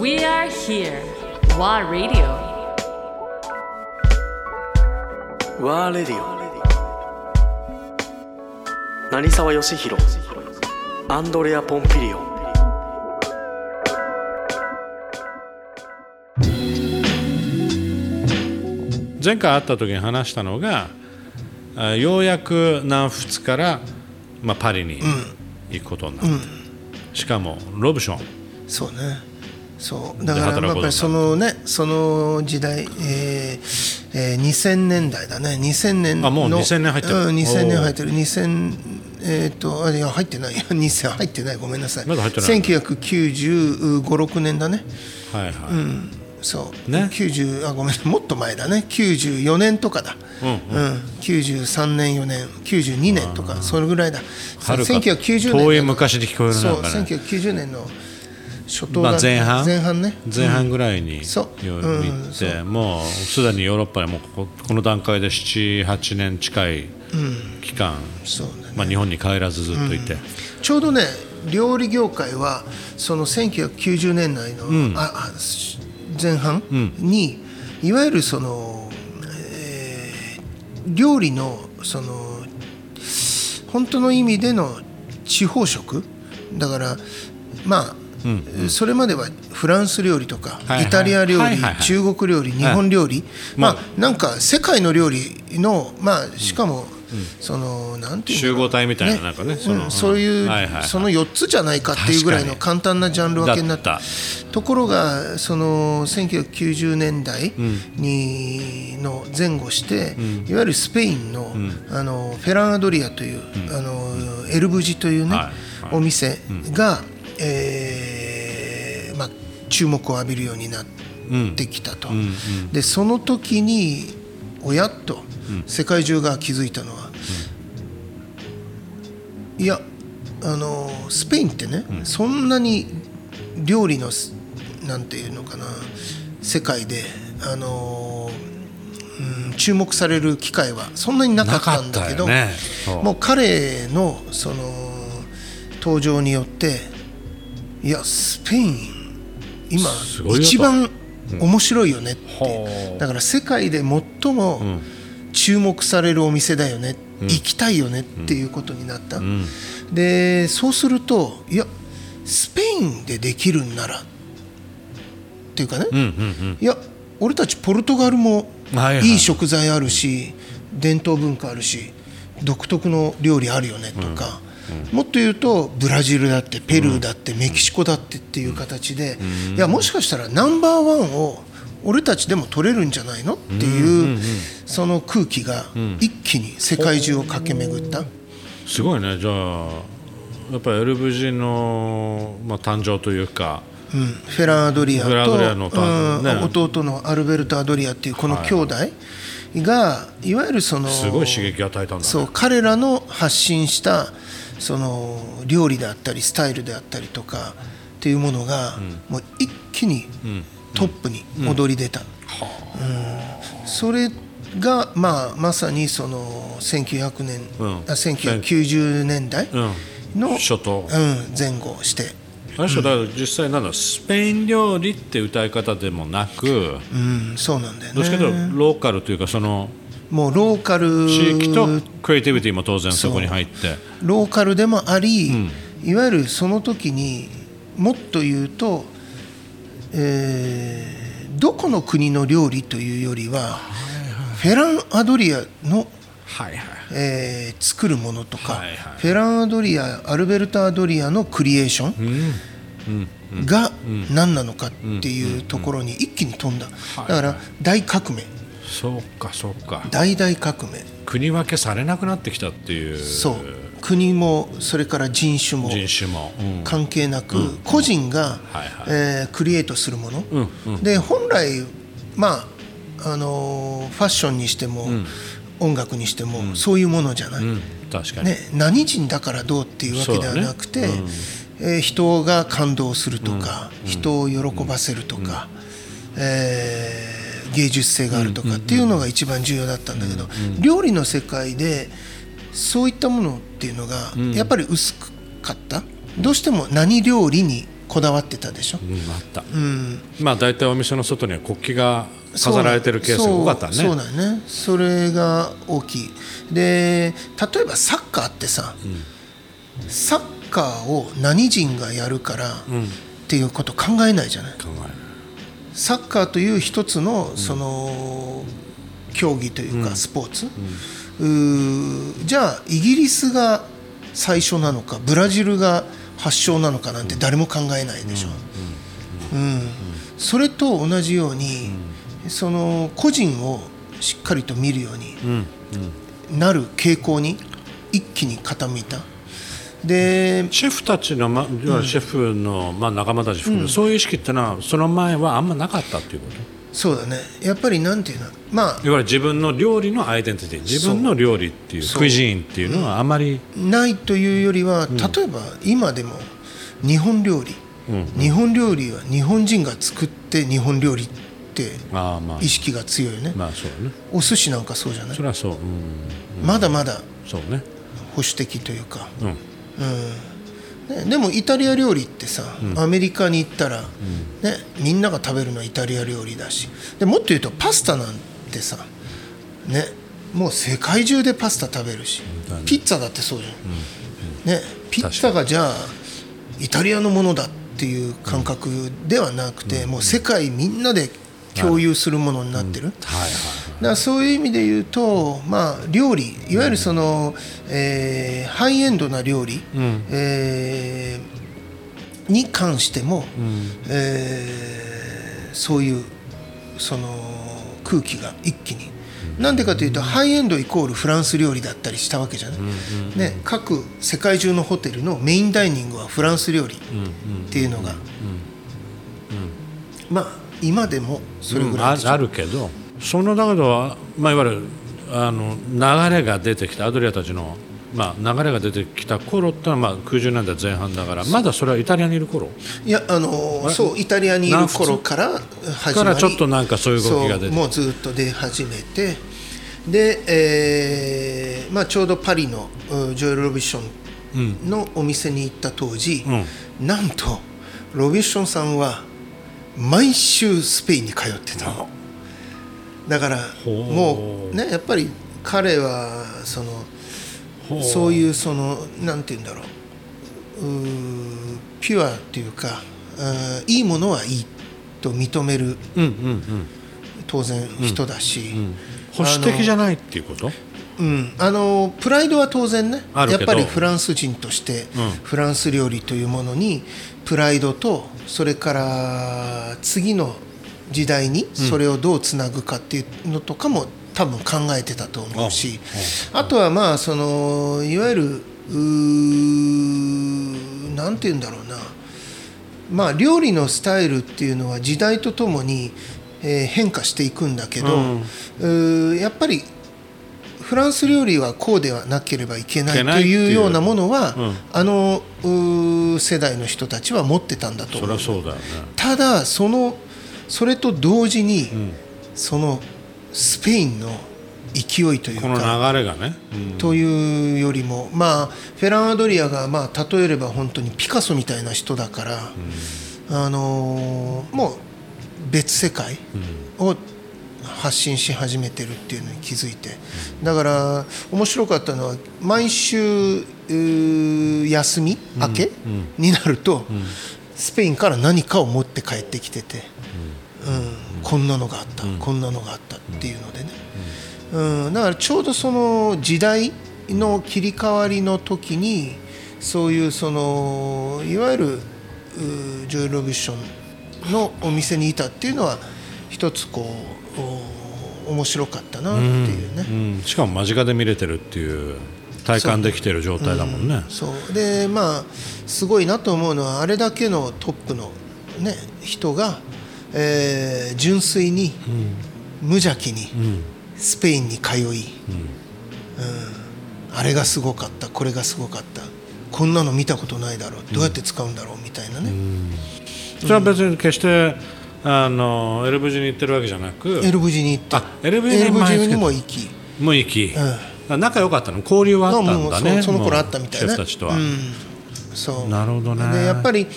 We are here. WA Radio. ワーレディオ成沢義弘アンドレア・ポンピリオ前回会った時に話したのがあようやく南仏から、まあ、パリに行くことになって、しかもロブションそうねそうだから働くことやっになぱりったそのねその時代、えーえー2000年代だね2000年のあもう2000年入ってるうん、2000年おー入ってる2000えー、とあいや入ってないいや2000入 ってないごめんなさいまだ入ってない1995、6年だねはいはい、そう、ね90あごめん もっと前だね94年とかだ、うん93年4年92年とかそれぐらいだはるか1990年遠い昔に聞こえるそなうなんかね1990年の初頭まだあ、ね前半前半ね前半ぐらいによそううん行って、もうすでにヨーロッパにもうこここの段階で78年近い期間、そうだねまあ、日本に帰らずずっといて、ちょうどね料理業界はその1990年代の、ああし前半に、いわゆるその、えー料理のその本当の意味での地方食だからまあ、それまではフランス料理とか、はいはいイタリア料理、はいはいはい中国料理日本料理、まあまあ、なんか世界の料理のまあしかも、そのなんていうんだろう集合体みたいななんかねそのうんそういう、はいはいはいその4つじゃないかっていうぐらいの確簡単なジャンル分けになっただっところがその1990年代にの前後して、いわゆるスペインの,、あのフェランアドリアという、あのエルブジというね、はいはいお店が、えーまあ、注目を浴びるようになってきたと、でその時におやっと世界中が気づいたのは、いやあのスペインってね、そんなに料理のすなんていうのかな世界であの、うん、注目される機会はそんなになかったんだけど、なかったよねそうもう彼のその登場によっていやスペイン今すごいよと一番面白いよねって、ほうだから世界で最も注目されるお店だよね、行きたいよねっていうことになった、でそうするといやスペインでできるんならっていうかね、いや俺たちポルトガルもはいはいいい食材あるし伝統文化あるし独特の料理あるよねとか、もっと言うとブラジルだってペルーだってメキシコだってっていう形で、いやもしかしたらナンバーワンを俺たちでも取れるんじゃないのっていう、その空気が一気に世界中を駆け巡った。すごいねじゃあやっぱり LVG の、まあ、誕生というかうん、フェラン・アドリアフェランとアドリアのパートナーねうん弟のアルベルト・アドリアっていうこの兄弟がいわゆるそのすごい刺激を与えたんだ、ね、そう彼らの発信したその料理であったりスタイルであったりとかっていうものが、もう一気にトップに躍り出た、うんそれが、まあ、まさにその1900年、うんあ1990年代の、うん初頭うん前後して。あの人だから実際なんだスペイン料理って歌い方でもなく、うん、そうなんだよどねっちかというとローカルというかそのもうローカル地域とクリエイティビティも当然そこに入ってローカルでもあり、いわゆるその時にもっと言うと、えーどこの国の料理というよりは、フェラン・アドリアの、はいはいえー作るものとか、はいはいフェラン・アドリアアルベルト・アドリアのクリエーション、が何なのかっていうところに一気に飛んだ、だから大革命そうかそうか大大革命国分けされなくなってきたっていうそう国もそれから人種も人種も、うん関係なく個人はいはがいえークリエイトするもので本来まああのーファッションにしても音楽にしてもそういうものじゃない。確かに、ね、何人だからどうっていうわけではなくて、えー人が感動するとか、人を喜ばせるとか、えー芸術性があるとかっていうのが一番重要だったんだけど、料理の世界でそういったものっていうのがやっぱり薄かった、どうしても何料理にこだわってたでしょ、うん、あった、まあ大体お店の外には国旗が飾られてるケースが多かったねそうそうだよねそれが大きいで例えばサッカーってさ、サッカーを何人がやるからっていうこと考えないじゃない考えるサッカーという一つのその競技というかスポーツ、うーじゃあイギリスが最初なのかブラジルが発祥なのかなんて誰も考えないでしょ、うんそれと同じように、その個人をしっかりと見るようになる傾向に一気に傾いた。でシェフたちの、ま、要はシェフの、まあ、仲間たち含め、そういう意識ってのはその前はあんまなかったっていうことそうだねやっぱりなんていうのまあいわゆる自分の料理のアイデンティティ自分の料理っていうクイジーンっていうのはあまりないというよりは例えば今でも日本料理、日本料理は日本人が作って日本料理ってああまあ意識が強いよね、まあそうだねお寿司なんかそうじゃないそれはそう、うん、まだまだそうね保守的というか、うんね、でもイタリア料理ってさ、アメリカに行ったら、ね、みんなが食べるのはイタリア料理だしでもっと言うとパスタなんてさ、ね、もう世界中でパスタ食べるし、ピッツァだってそうじゃん、ね、ピッツァがじゃあイタリアのものだっていう感覚ではなくて、もう世界みんなで共有するものになってる、はいはいだからそういう意味で言うと、まあ、料理いわゆるその、えーハイエンドな料理、えーに関しても、えーそういうその空気が一気に。なんでかというとハイエンドイコールフランス料理だったりしたわけじゃない、ね、各世界中のホテルのメインダイニングはフランス料理っていうのが、まあ今でもそれぐうんらいあでしょあるけどそのだけど、まあ、いわゆるあの流れが出てきたアドリアたちの、まあ、流れが出てきた頃ってのは、まあ、90年代前半だからまだそれはイタリアにいる頃いやあのーそうイタリアにいる頃から始まかりらちょっとなんかそういう動きが出てそうもうずっと出始めてで、えーまあ、ちょうどパリのうんジョエル・ロビションのお店に行った当時、なんとロビションさんは毎週スペインに通ってたのだからほうもうねやっぱり彼はそのほうそういうそのなんて言うんだろううーピュアっていうかあーいいものはいいと認めるうんうんうん当然人だし、保守的じゃないっていうことうん、あのプライドは当然ねあるやけっどぱりフランス人として、んフランス料理というものにプライドとそれから次の時代にそれをどうつなぐかっていうのとかも多分考えてたと思うしあとはまあそのいわゆるうーなんて言うんだろうなまあ、料理のスタイルっていうのは時代とともに、えー変化していくんだけど、うーやっぱりフランス料理はこうではなければいけないいけとないっていういうようなものは、んあのうー世代の人たちは持ってたんだとそ思りうゃそうだよねただそのそれと同時に、そのスペインの勢いというこかの流れがね、というよりも、まあ、フェラン・アドリアが、まあ、例えれば本当にピカソみたいな人だから、あのーもう別世界を発信し始めてるっていうのに気づいてだから面白かったのは毎週うー休み明け、になると、スペインから何かを持って帰ってきてて。うん、こんなのがあった、こんなのがあったっていうのでね、うんだからちょうどその時代の切り替わりの時にそういうそのいわゆるうージョイ・ロビッションのお店にいたっていうのは一つこうお面白かったなっていうね。うん、しかも間近で見れてるっていう体感できてる状態だもんね、そうでまあすごいなと思うのはあれだけのトップの、ね、人が、えー純粋に、無邪気に、スペインに通い、うんあれがすごかったこれがすごかったこんなの見たことないだろうどうやって使うんだろうみたいなね、それは別に決してあのエルブジに行ってるわけじゃなくエルブジに行ったあエルブジにエルブジにも前行きもう行き、仲良かったの交流はあったんだあもねうそその頃あったみたいシねェフたちとは、うんそうなるほどねでやっぱり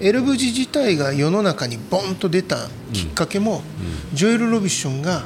エルブジ自体が世の中にボンと出たきっかけも、ジョエル・ロビションが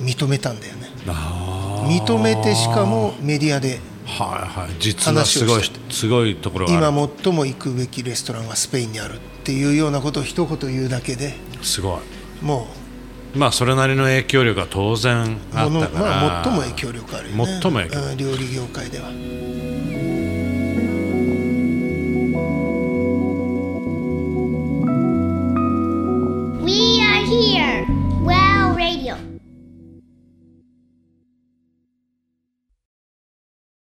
認めたんだよねあ認めてしかもメディアでーはいはい実はすごい話をしてすごいところがあ今る最も行くべきレストランはスペインにあるっていうようなことを一言言うだけですごいもまあそれなりの影響力が当然うあもっのたからまあ、最も影響力あるよね最も影響うん料理業界では